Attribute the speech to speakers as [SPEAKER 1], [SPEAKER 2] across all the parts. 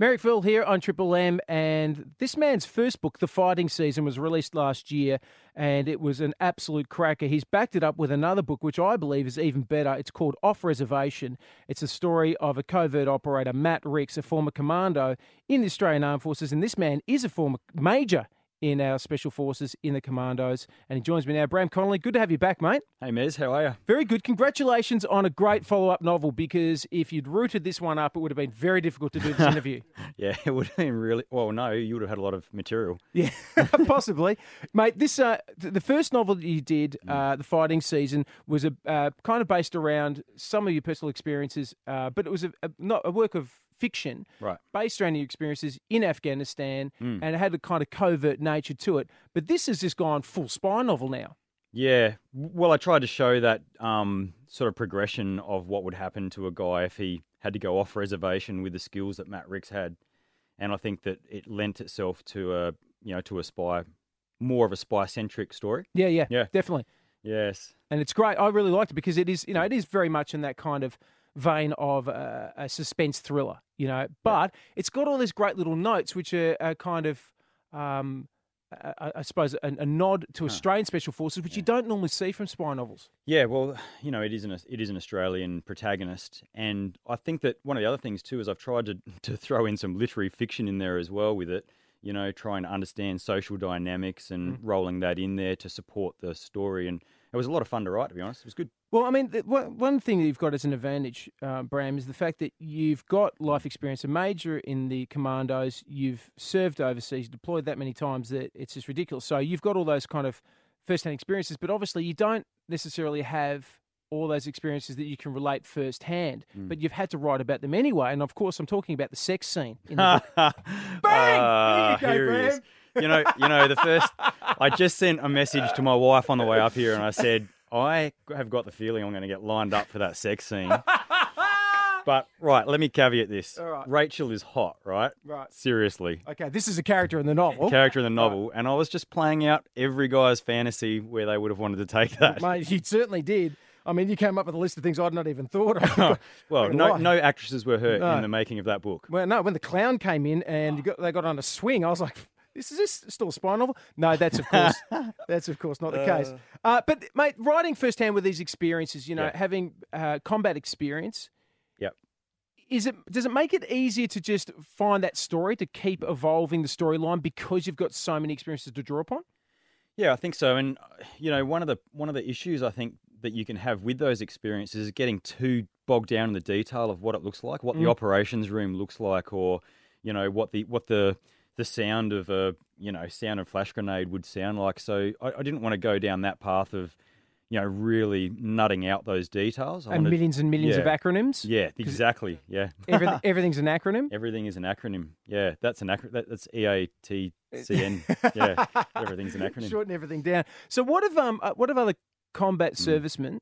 [SPEAKER 1] Merrick Phil here on Triple M, and this man's first book, The Fighting Season, was released last year, and it was an absolute cracker. He's backed it up with another book, which I believe is even better. It's called Off Reservation. It's the story of a covert operator, Matt Ricks, a former commando in the Australian Armed Forces, and this man is a former major in our Special Forces, in the Commandos, and he joins me now. Bram Connolly, good to have you back, mate.
[SPEAKER 2] Hey, Mez, how are you?
[SPEAKER 1] Very good. Congratulations on a great follow up novel because if you'd rooted this one up, it would have been very difficult to do this interview.
[SPEAKER 2] Yeah, it would have been really. Well, no, you would have had a lot of material.
[SPEAKER 1] Yeah, possibly, mate. This uh, th- the first novel that you did,
[SPEAKER 2] Mm.
[SPEAKER 1] uh, the Fighting Season, was a uh, kind of based around some of your personal experiences, uh, but it was a, a not a work of fiction,
[SPEAKER 2] Right. Mm.
[SPEAKER 1] based around your experiences in Afghanistan, and it had a kind of covert nature to it. But this has just gone full spy novel now.
[SPEAKER 2] Yeah. Well, I tried to show that um, sort of progression of what would happen to a guy if he had to go off reservation with the skills that Matt Ricks had, and I think that it lent itself to a you know to a spy, more of a spy centric story.
[SPEAKER 1] Yeah, yeah,
[SPEAKER 2] Yeah.
[SPEAKER 1] definitely.
[SPEAKER 2] Yes.
[SPEAKER 1] and it's great. I really liked it because it is, you know, it is very much in that kind of vein of uh, a suspense thriller, you know. But it's got all these great little notes, which are, are kind of, um, I, I- I suppose, a, a nod to Australian special forces, which you don't normally see from spy novels.
[SPEAKER 2] Yeah, well, you know, it is an it is an Australian protagonist, and I think that one of the other things too is I've tried to to throw in some literary fiction in there as well with it. You know, trying to understand social dynamics
[SPEAKER 1] Mm.
[SPEAKER 2] and rolling that in there to support the story, and it was a lot of fun to write. To be honest, it was good.
[SPEAKER 1] Well, I mean, the, one one thing that you've got as an advantage, uh, Bram, is the fact that you've got life experience, a major in the commandos, you've served overseas, deployed that many times that it's just ridiculous. So you've got all those kind of first-hand experiences, but obviously you don't necessarily have all those experiences that you can relate firsthand. But you've had to write about them anyway, and of course, I'm talking about the sex scene. In the book. Bang!
[SPEAKER 2] Ah,
[SPEAKER 1] There you go,
[SPEAKER 2] he is. You know, you know, the first I just sent a message to my wife on the way up here and I said, I have got the feeling I'm going to get lined up for that sex scene. But right, let me caveat this.
[SPEAKER 1] right.
[SPEAKER 2] Rachel is hot, right?
[SPEAKER 1] Right.
[SPEAKER 2] Seriously.
[SPEAKER 1] Okay, this is a character in the novel.
[SPEAKER 2] Character in the novel, and I was just playing out every guy's fantasy where they would have wanted to take that.
[SPEAKER 1] Mate, you certainly did. I mean, you came up with a list of things I'd not even thought of.
[SPEAKER 2] well,
[SPEAKER 1] Like,
[SPEAKER 2] no,
[SPEAKER 1] why?
[SPEAKER 2] no actresses were hurt
[SPEAKER 1] No.
[SPEAKER 2] in the making of that book.
[SPEAKER 1] Well, no, when the clown came in and you got, they got on a swing, I was like, "This is this still a spy novel?" No, that's of course, that's of course not the case. Uh, but mate, writing firsthand with these experiences, you know,
[SPEAKER 2] Yeah.
[SPEAKER 1] having uh, combat experience,
[SPEAKER 2] Yep.
[SPEAKER 1] is it does it make it easier to just find that story to keep evolving the storyline because you've got so many experiences to draw upon?
[SPEAKER 2] Yeah, I think so. And uh, you know, one of the one of the issues I think that you can have with those experiences is getting too bogged down in the detail of what it looks like,
[SPEAKER 1] Mm.
[SPEAKER 2] what the operations room looks like, or you know what the what the the sound of a you know sound of flash grenade would sound like. So I, I didn't want to go down that path of you know really nutting out those details. I
[SPEAKER 1] And
[SPEAKER 2] wanted-
[SPEAKER 1] millions and millions of
[SPEAKER 2] yeah.
[SPEAKER 1] acronyms.
[SPEAKER 2] yeah, exactly. Yeah,
[SPEAKER 1] Everything, everything's an acronym.
[SPEAKER 2] everything is an acronym. Yeah, that's an acronym. That, that's E A T C N. Yeah, everything's an acronym.
[SPEAKER 1] Shorten everything down. So what have um uh, what have other
[SPEAKER 2] Hmm.
[SPEAKER 1] combat servicemen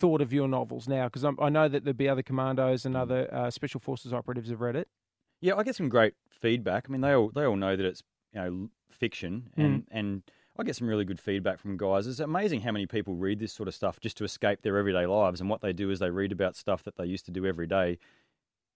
[SPEAKER 1] thought of your novels now? Because I know that there'll be other commandos
[SPEAKER 2] Hmm.
[SPEAKER 1] and other uh, special forces operatives have read it.
[SPEAKER 2] Yeah, I get some great feedback. I mean, they all they all know that it's you know l- fiction, and and I get some really good feedback from guys. It's amazing how many people read this sort of stuff just to escape their everyday lives, and what they do is they read about stuff that they used to do every day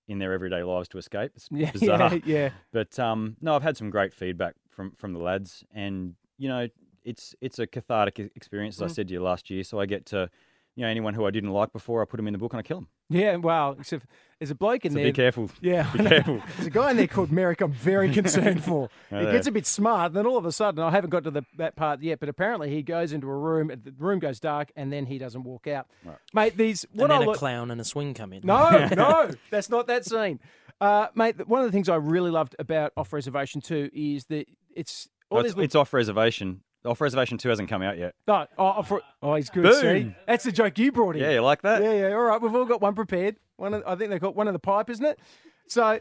[SPEAKER 2] in their everyday lives to escape. It's
[SPEAKER 1] Yeah,
[SPEAKER 2] bizarre,
[SPEAKER 1] yeah, yeah.
[SPEAKER 2] but um, no, I've had some great feedback from from the lads, and you know, it's it's a cathartic e- experience,
[SPEAKER 1] Mm.
[SPEAKER 2] as I said to you last year. So I get to. You know, anyone who I didn't like before, I put them in the book and I kill them.
[SPEAKER 1] Yeah, wow. Except there's a bloke in
[SPEAKER 2] So
[SPEAKER 1] there.
[SPEAKER 2] be careful.
[SPEAKER 1] Yeah,
[SPEAKER 2] Be
[SPEAKER 1] I know.
[SPEAKER 2] careful.
[SPEAKER 1] There's a guy in there called Merrick. I'm very concerned for.
[SPEAKER 2] I
[SPEAKER 1] he
[SPEAKER 2] know.
[SPEAKER 1] gets a bit smart, and then all of a sudden, I haven't got to the, that part yet. But apparently, he goes into a room, and the room goes dark, and then he doesn't walk out. Mate, these what
[SPEAKER 3] and then
[SPEAKER 1] I
[SPEAKER 3] a
[SPEAKER 1] lo-
[SPEAKER 3] clown and a swing come in.
[SPEAKER 1] No, no, that's not that scene. Uh, mate, th- one of the things I really loved about Off Reservation too is that it's oh, all
[SPEAKER 2] Well, it's,
[SPEAKER 1] these. Little,
[SPEAKER 2] it's off reservation. Off reservation two hasn't come out yet.
[SPEAKER 1] no, oh, off, Re- oh, he's good.
[SPEAKER 2] Boom.
[SPEAKER 1] See, that's the joke you brought in.
[SPEAKER 2] Yeah, you like that?
[SPEAKER 1] yeah, yeah. All right, we've all got one prepared. One, of, I think they got one in the pipe, isn't it? So,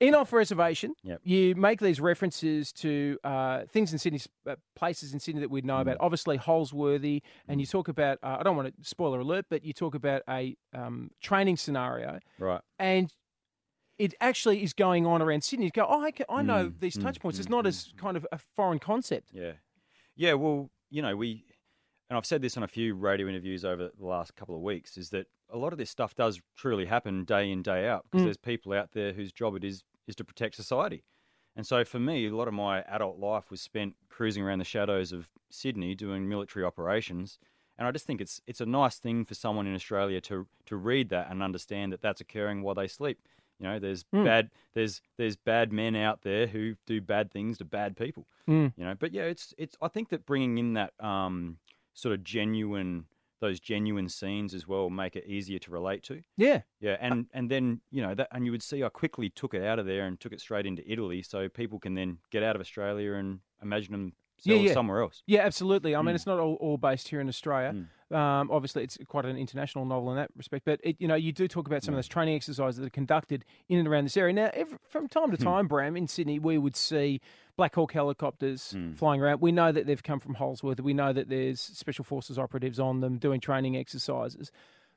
[SPEAKER 1] in Off Reservation,
[SPEAKER 2] Yep.
[SPEAKER 1] you make these references to uh, things in Sydney, uh, places in Sydney that we'd
[SPEAKER 2] Mm.
[SPEAKER 1] know about. Obviously, Holsworthy, and you talk about. Uh, I don't want to spoiler alert, but you talk about a um, training scenario
[SPEAKER 2] Right.
[SPEAKER 1] and it actually is going on around Sydney. You go, oh, I, ca- I know these touch points. It's not as kind of a foreign concept.
[SPEAKER 2] Yeah. Yeah, well, you know, we and I've said this on a few radio interviews over the last couple of weeks is that a lot of this stuff does truly happen day in day out because there's people out there whose job it is is to protect society. And so for me, a lot of my adult life was spent cruising around the shadows of Sydney doing military operations. And I just think it's it's a nice thing for someone in Australia to to read that and understand that that's occurring while they sleep. You know, there's
[SPEAKER 1] Mm.
[SPEAKER 2] bad there's there's bad men out there who do bad things to bad people.
[SPEAKER 1] Mm.
[SPEAKER 2] You know, but yeah, it's it's I think that bringing in that um, sort of genuine those genuine scenes as well make it easier to relate to.
[SPEAKER 1] Yeah.
[SPEAKER 2] Yeah, and and then you know that, and you would see I quickly took it out of there and took it straight into Italy, so people can then get out of Australia and imagine themselves
[SPEAKER 1] Yeah, yeah.
[SPEAKER 2] somewhere else.
[SPEAKER 1] Yeah, absolutely. I mean,
[SPEAKER 2] Mm.
[SPEAKER 1] it's not all, all based here in Australia. Um, obviously, it's quite an international novel in that respect. But it, you know, you do talk about some of those training exercises that are conducted in and around this area. Now, ev from time to time, Bram in Sydney, we would see Black Hawk helicopters flying around. We know that they've come from Holsworth. We know that there's special forces operatives on them doing training exercises.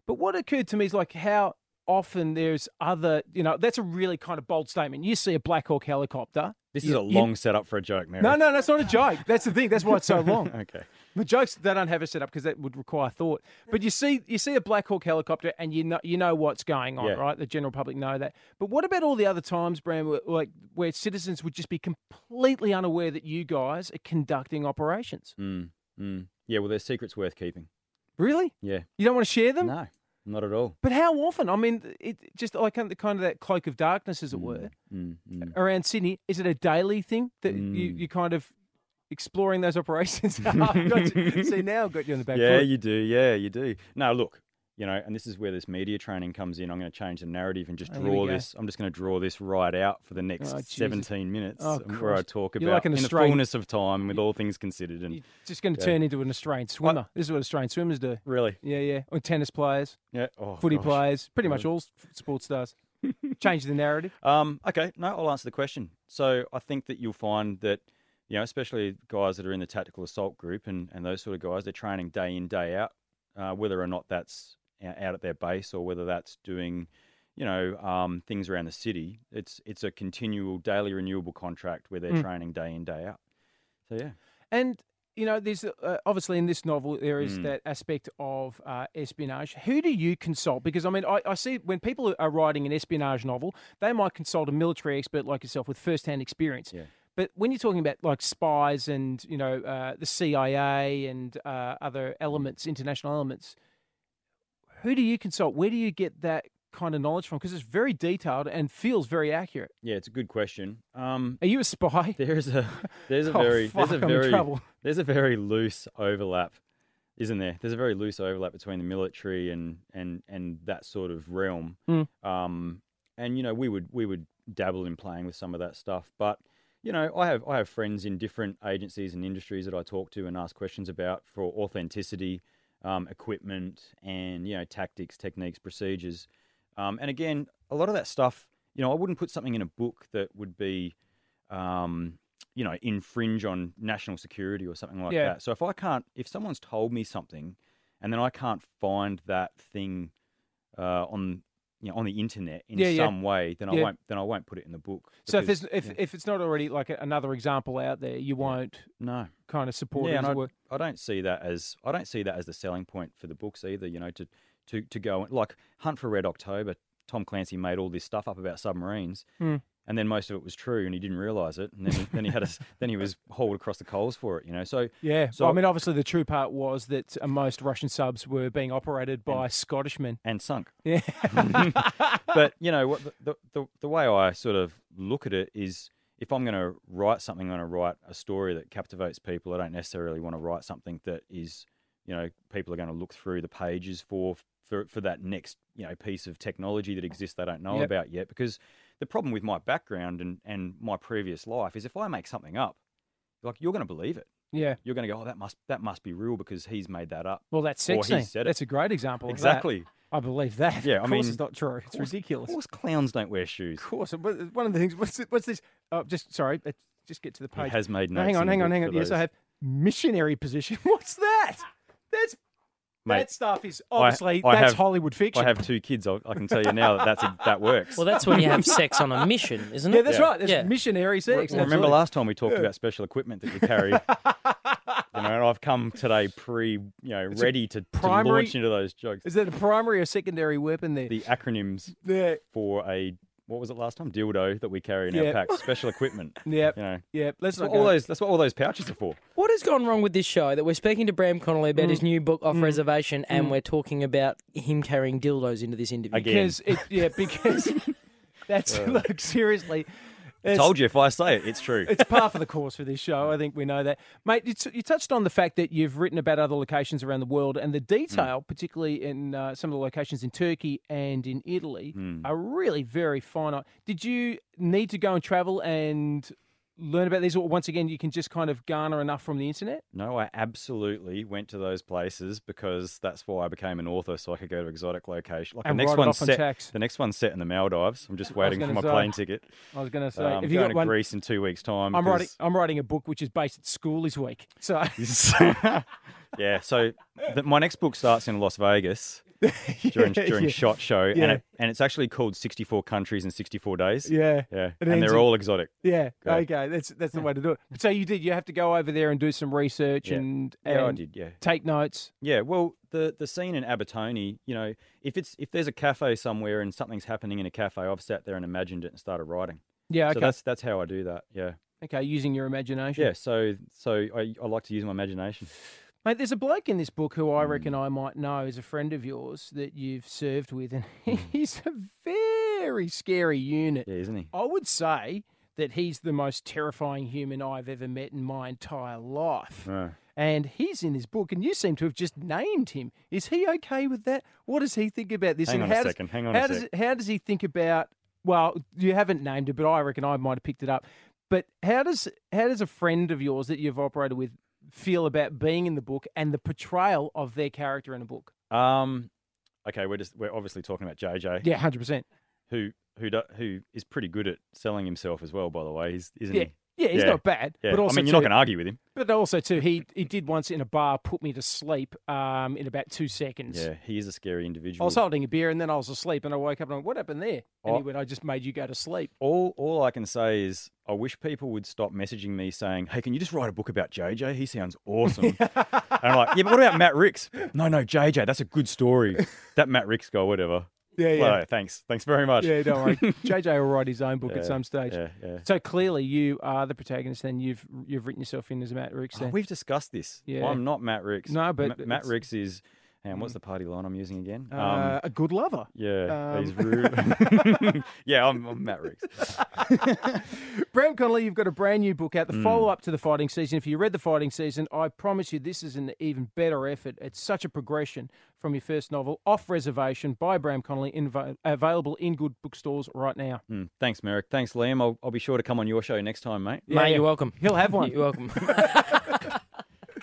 [SPEAKER 1] But what occurred to me is like how often there's other. You know, that's a really kind of bold statement. You see a Black Hawk helicopter.
[SPEAKER 2] This
[SPEAKER 1] you-
[SPEAKER 2] is a
[SPEAKER 1] you-
[SPEAKER 2] long setup for a joke, Mary.
[SPEAKER 1] no, no, that's not a joke. That's the thing. That's why it's so long.
[SPEAKER 2] okay.
[SPEAKER 1] The jokes they don't have it set up because that would require thought. But you see, you see a Black Hawk helicopter, and you know you know what's going on,
[SPEAKER 2] Yeah.
[SPEAKER 1] right? The general public know that. But what about all the other times, Bram, where, like where citizens would just be completely unaware that you guys are conducting operations?
[SPEAKER 2] Mm, mm. Yeah, well, their secret's worth keeping.
[SPEAKER 1] Really?
[SPEAKER 2] Yeah.
[SPEAKER 1] You don't want to share them?
[SPEAKER 2] No, not at all.
[SPEAKER 1] But how often? I mean, it just like kind of kind of that cloak of darkness, as it were,
[SPEAKER 2] Mm, mm.
[SPEAKER 1] around Sydney. Is it a daily thing that you
[SPEAKER 2] Mm.
[SPEAKER 1] you kind of exploring those operations? I've got you. See, now I've got you on the back
[SPEAKER 2] Yeah,
[SPEAKER 1] foot.
[SPEAKER 2] you do. Yeah, you do. No, look, you know, and this is where this media training comes in. I'm going to change the narrative and just
[SPEAKER 1] Oh, here we
[SPEAKER 2] draw
[SPEAKER 1] go.
[SPEAKER 2] this. I'm just going to draw this right out for the next
[SPEAKER 1] Oh, Jesus.
[SPEAKER 2] 17 minutes,
[SPEAKER 1] Oh,
[SPEAKER 2] um, where I
[SPEAKER 1] Christ.
[SPEAKER 2] talk
[SPEAKER 1] You're
[SPEAKER 2] about
[SPEAKER 1] like an
[SPEAKER 2] in the
[SPEAKER 1] Australian-
[SPEAKER 2] fullness of time, with all things considered, and
[SPEAKER 1] You're just going to
[SPEAKER 2] Yeah.
[SPEAKER 1] turn into an Australian swimmer. this is what Australian swimmers do.
[SPEAKER 2] really,
[SPEAKER 1] Yeah, yeah. Or tennis players,
[SPEAKER 2] yeah, oh,
[SPEAKER 1] footy
[SPEAKER 2] gosh.
[SPEAKER 1] players, pretty much all s- sports stars. Change the narrative.
[SPEAKER 2] Um, okay, no, I'll answer the question. So I think that you'll find that, you know, especially guys that are in the tactical assault group and, and those sort of guys, they're training day in, day out, uh, whether or not that's o- out at their base or whether that's doing, you know, um, things around the city. It's it's a continual daily renewable contract where they're
[SPEAKER 1] Mm.
[SPEAKER 2] training day in, day out. So yeah,
[SPEAKER 1] And, you know, there's uh, obviously in this novel, there is
[SPEAKER 2] Mm.
[SPEAKER 1] that aspect of uh, espionage. Who do you consult? Because, I mean, I, I see when people are writing an espionage novel, they might consult a military expert like yourself with first-hand experience.
[SPEAKER 2] Yeah.
[SPEAKER 1] But when you're talking about like spies and, you know, uh, the CIA and uh, other elements, international elements, who do you consult? Where do you get that kind of knowledge from? Because it's very detailed and feels very accurate.
[SPEAKER 2] yeah, it's a good question. Um,
[SPEAKER 1] Are you a spy?
[SPEAKER 2] there's a there's a
[SPEAKER 1] oh,
[SPEAKER 2] very
[SPEAKER 1] fuck,
[SPEAKER 2] there's a
[SPEAKER 1] I'm in
[SPEAKER 2] very
[SPEAKER 1] trouble.
[SPEAKER 2] There's a very loose overlap, isn't there? There's a very loose overlap between the military and and and that sort of realm.
[SPEAKER 1] Mm.
[SPEAKER 2] Um, and you know, we would we would dabble in playing with some of that stuff, but you know, I have I have friends in different agencies and industries that I talk to and ask questions about for authenticity, um, equipment, and you know, tactics, techniques, procedures. Um, and again, a lot of that stuff, you know, I wouldn't put something in a book that would be um, you know, infringe on national security or something like
[SPEAKER 1] Yeah.
[SPEAKER 2] that. So if I can't, if someone's told me something, and then I can't find that thing uh, on you know on the internet in
[SPEAKER 1] Yeah, yeah.
[SPEAKER 2] some way, then
[SPEAKER 1] Yeah.
[SPEAKER 2] I won't then I won't put it in the book.
[SPEAKER 1] So if,
[SPEAKER 2] because-
[SPEAKER 1] there's, if,
[SPEAKER 2] yeah.
[SPEAKER 1] if it's not already like a- another example out there, you won't
[SPEAKER 2] no,
[SPEAKER 1] kind of support
[SPEAKER 2] Yeah,
[SPEAKER 1] it. as
[SPEAKER 2] and
[SPEAKER 1] it were.
[SPEAKER 2] I don't see that as I don't see that as the selling point for the books either. You know, to to to go and like Hunt for Red October. Tom Clancy made all this stuff up about submarines,
[SPEAKER 1] Hmm.
[SPEAKER 2] and then most of it was true, and he didn't realize it. And then he, then he had us then he was hauled across the coals for it. You know, so
[SPEAKER 1] Yeah. So
[SPEAKER 2] So-
[SPEAKER 1] I mean, obviously, the true part was that uh, most Russian subs were being operated by Scottishmen.
[SPEAKER 2] and sunk.
[SPEAKER 1] Yeah.
[SPEAKER 2] but you know what the, the, the, the way i sort of look at it is if i'm going to write something i'm going to write a story that captivates people i don't necessarily want to write something that is you know people are going to look through the pages for for, for that next you know piece of technology that exists they don't know
[SPEAKER 1] Yep.
[SPEAKER 2] about yet because the problem with my background and and my previous life is if i make something up like you're going to believe it
[SPEAKER 1] yeah.
[SPEAKER 2] you're going to go oh that must that must be real because he's made that up
[SPEAKER 1] Well, that's
[SPEAKER 2] Or he
[SPEAKER 1] sexy.
[SPEAKER 2] said it.
[SPEAKER 1] That's a great example. of that.
[SPEAKER 2] exactly
[SPEAKER 1] I believe that.
[SPEAKER 2] Yeah,
[SPEAKER 1] Of
[SPEAKER 2] I
[SPEAKER 1] course
[SPEAKER 2] mean-
[SPEAKER 1] it's not true. It's
[SPEAKER 2] course-
[SPEAKER 1] ridiculous.
[SPEAKER 2] of course clowns don't wear shoes
[SPEAKER 1] Of course. And what- One of the things. What's, it- what's this? Oh, just sorry. uh, Just get to the
[SPEAKER 2] he
[SPEAKER 1] page.
[SPEAKER 2] has made
[SPEAKER 1] No,
[SPEAKER 2] notes
[SPEAKER 1] hang
[SPEAKER 2] in
[SPEAKER 1] on,
[SPEAKER 2] the
[SPEAKER 1] hang on,
[SPEAKER 2] book
[SPEAKER 1] hang
[SPEAKER 2] for
[SPEAKER 1] on. Yes, I
[SPEAKER 2] those.
[SPEAKER 1] have missionary position. What's that? That's
[SPEAKER 2] Mate,
[SPEAKER 1] that stuff is obviously
[SPEAKER 2] I
[SPEAKER 1] that's
[SPEAKER 2] have-
[SPEAKER 1] Hollywood fiction.
[SPEAKER 2] I have two kids. I, I can tell you now that that's that works.
[SPEAKER 3] Well, that's when you have sex on a mission, isn't it?
[SPEAKER 1] yeah, that's
[SPEAKER 2] Yeah.
[SPEAKER 1] right. That's
[SPEAKER 3] Yeah.
[SPEAKER 1] missionary sex.
[SPEAKER 2] Well, remember last time we talked about special equipment that you carry, you know, and I've come today pre, you know, ready to, to
[SPEAKER 1] primary-
[SPEAKER 2] launch into those jokes.
[SPEAKER 1] Is that a primary or secondary weapon there?
[SPEAKER 2] The acronyms
[SPEAKER 1] The-
[SPEAKER 2] for a what was it last time? Dildo that we carry in
[SPEAKER 1] Yeah.
[SPEAKER 2] our packs, special equipment.
[SPEAKER 1] Yep.
[SPEAKER 2] You know,
[SPEAKER 1] Yep. Let's
[SPEAKER 2] that's what
[SPEAKER 1] not
[SPEAKER 2] all
[SPEAKER 1] go.
[SPEAKER 2] those. That's what all those pouches are for.
[SPEAKER 3] What has gone wrong with this show that we're speaking to Bram Connolly about
[SPEAKER 1] Mm.
[SPEAKER 3] his new book, Off Reservation, and we're talking about him carrying dildos into this interview?
[SPEAKER 2] Again.
[SPEAKER 1] because it, yeah, because that's look seriously. It's,
[SPEAKER 2] Uh. Told you if I say it, it's true.
[SPEAKER 1] it's par for the course for this show. I think we know that, mate. You, t- you touched on the fact that you've written about other locations around the world,
[SPEAKER 2] Hmm.
[SPEAKER 1] and the detail, particularly in uh, some of the locations in Turkey and in Italy,
[SPEAKER 2] Hmm.
[SPEAKER 1] are really very finite. Did you need to go and travel and learn about these, or once again, you can just kind of garner enough from the internet?
[SPEAKER 2] No, I absolutely went to those places because that's why I became an author, so I could go to exotic locations. Like
[SPEAKER 1] And
[SPEAKER 2] the
[SPEAKER 1] write
[SPEAKER 2] next
[SPEAKER 1] it off on
[SPEAKER 2] set,
[SPEAKER 1] tax.
[SPEAKER 2] the next one's set in the Maldives. I'm just waiting for
[SPEAKER 1] gonna
[SPEAKER 2] my
[SPEAKER 1] say.
[SPEAKER 2] plane ticket.
[SPEAKER 1] I was going to say,
[SPEAKER 2] Um,
[SPEAKER 1] if you
[SPEAKER 2] going
[SPEAKER 1] got
[SPEAKER 2] to
[SPEAKER 1] one,
[SPEAKER 2] Greece in two weeks' time.
[SPEAKER 1] I'm writing.
[SPEAKER 2] 'cause-
[SPEAKER 1] I'm writing a book which is based at school this week. So
[SPEAKER 2] yeah, so the, my next book starts in Las Vegas during during Shot Show,
[SPEAKER 1] Yeah.
[SPEAKER 2] and it, and it's actually called 64 Countries in 64 Days.
[SPEAKER 1] yeah,
[SPEAKER 2] yeah,
[SPEAKER 1] And
[SPEAKER 2] and,
[SPEAKER 1] ends
[SPEAKER 2] they're
[SPEAKER 1] in-
[SPEAKER 2] all exotic.
[SPEAKER 1] Yeah.
[SPEAKER 2] Go.
[SPEAKER 1] Okay. That's that's the way to do it. So you did. You have to go over there and do some research
[SPEAKER 2] Yeah.
[SPEAKER 1] and,
[SPEAKER 2] Yeah, I
[SPEAKER 1] and
[SPEAKER 2] did. Yeah,
[SPEAKER 1] take notes.
[SPEAKER 2] Yeah, well, the the scene in Abertoni, you know, if it's if there's a cafe somewhere and something's happening in a cafe, I've sat there and imagined it and started writing.
[SPEAKER 1] Yeah.
[SPEAKER 2] So
[SPEAKER 1] Okay.
[SPEAKER 2] that's that's how I do that. Yeah,
[SPEAKER 1] okay. Using your imagination.
[SPEAKER 2] yeah. So so I, I like to use my imagination.
[SPEAKER 1] Mate, there's a bloke in this book who I reckon
[SPEAKER 2] Mm.
[SPEAKER 1] I might know is a friend of yours that you've served with, and
[SPEAKER 2] Mm.
[SPEAKER 1] he's a very scary unit.
[SPEAKER 2] Yeah, isn't he?
[SPEAKER 1] I would say that he's the most terrifying human I've ever met in my entire life.
[SPEAKER 2] Yeah.
[SPEAKER 1] And he's in this book, and you seem to have just named him. Is he okay with that? What does he think about this?
[SPEAKER 2] Hang
[SPEAKER 1] and
[SPEAKER 2] on
[SPEAKER 1] how
[SPEAKER 2] a
[SPEAKER 1] does-
[SPEAKER 2] second. Hang on
[SPEAKER 1] how
[SPEAKER 2] a
[SPEAKER 1] does
[SPEAKER 2] sec.
[SPEAKER 1] it, how does he think about? Well, you haven't named it, but I reckon I might have picked it up. But how does how does a friend of yours that you've operated with feel about being in the book and the portrayal of their character in a book?
[SPEAKER 2] Um, okay, we're just we're obviously talking about JJ,
[SPEAKER 1] Yeah, hundred percent.
[SPEAKER 2] who who do, who is pretty good at selling himself as well. By the way, he's isn't
[SPEAKER 1] Yeah,
[SPEAKER 2] he?
[SPEAKER 1] yeah, he's
[SPEAKER 2] Yeah.
[SPEAKER 1] not bad.
[SPEAKER 2] Yeah.
[SPEAKER 1] But also,
[SPEAKER 2] I mean, you're not
[SPEAKER 1] too-
[SPEAKER 2] going to argue with him.
[SPEAKER 1] But also too, he he did once in a bar put me to sleep um, in about two seconds.
[SPEAKER 2] Yeah, he is a scary individual.
[SPEAKER 1] I was holding a beer and then I was asleep and I woke up and I went, what happened there? And
[SPEAKER 2] Oh.
[SPEAKER 1] he went, I just made you go to sleep.
[SPEAKER 2] all all I can say is I wish people would stop messaging me saying, "Hey, can you just write a book about JJ? He sounds awesome." and I'm like, "Yeah, but what about Matt Ricks?" No, no, JJ, that's a good story. That Matt Ricks guy, whatever.
[SPEAKER 1] Yeah, yeah.
[SPEAKER 2] Well, thanks, thanks very much.
[SPEAKER 1] Yeah, don't worry. JJ will write his own book at
[SPEAKER 2] Yeah,
[SPEAKER 1] some stage.
[SPEAKER 2] yeah, yeah.
[SPEAKER 1] So clearly, you are the protagonist. Then you've you've written yourself in as Matt Ricks.
[SPEAKER 2] Oh,
[SPEAKER 1] Then.
[SPEAKER 2] we've discussed this.
[SPEAKER 1] Yeah.
[SPEAKER 2] I'm not Matt Ricks.
[SPEAKER 1] No, but
[SPEAKER 2] Ma- Matt
[SPEAKER 1] it's- Mm.
[SPEAKER 2] Ricks is. And what's the party line I'm using again? Um,
[SPEAKER 1] uh, a good lover.
[SPEAKER 2] yeah,
[SPEAKER 1] um,
[SPEAKER 2] he's rude. yeah, I'm, I'm Matt Ricks.
[SPEAKER 1] Bram Connolly, you've got a brand new book out, the follow up to the fighting season. If you read the fighting season, I promise you this is an even better effort. It's such a progression from your first novel, Off Reservation by Bram Connolly, inv- available in good bookstores right now.
[SPEAKER 2] Hmm, thanks, Merrick. Thanks, Liam. I'll, I'll be sure to come on your show next time, mate.
[SPEAKER 3] Mate, you're welcome.
[SPEAKER 1] He'll have one.
[SPEAKER 3] You're welcome.